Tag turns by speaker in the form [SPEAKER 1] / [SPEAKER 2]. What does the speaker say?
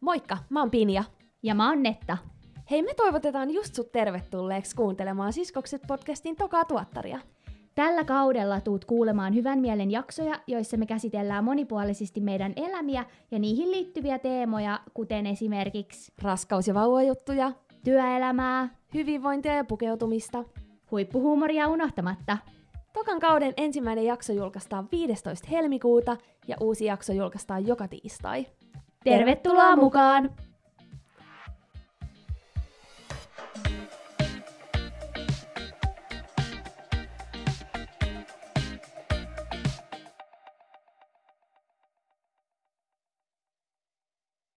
[SPEAKER 1] Moikka, mä oon Pinja.
[SPEAKER 2] Ja mä oon Netta.
[SPEAKER 1] Hei, me toivotetaan just sut tervetulleeksi kuuntelemaan Siskokset podcastin tokaa tuottaria.
[SPEAKER 2] Tällä kaudella tuut kuulemaan Hyvän mielen jaksoja, joissa me käsitellään monipuolisesti meidän elämiä ja niihin liittyviä teemoja, kuten esimerkiksi
[SPEAKER 1] Raskaus- ja vauvajuttuja,
[SPEAKER 2] työelämää,
[SPEAKER 1] hyvinvointia ja pukeutumista.
[SPEAKER 2] huippuhuumoria unohtamatta.
[SPEAKER 1] Tokan kauden ensimmäinen jakso julkaistaan 15. helmikuuta ja uusi jakso julkaistaan joka tiistai.
[SPEAKER 2] Tervetuloa mukaan!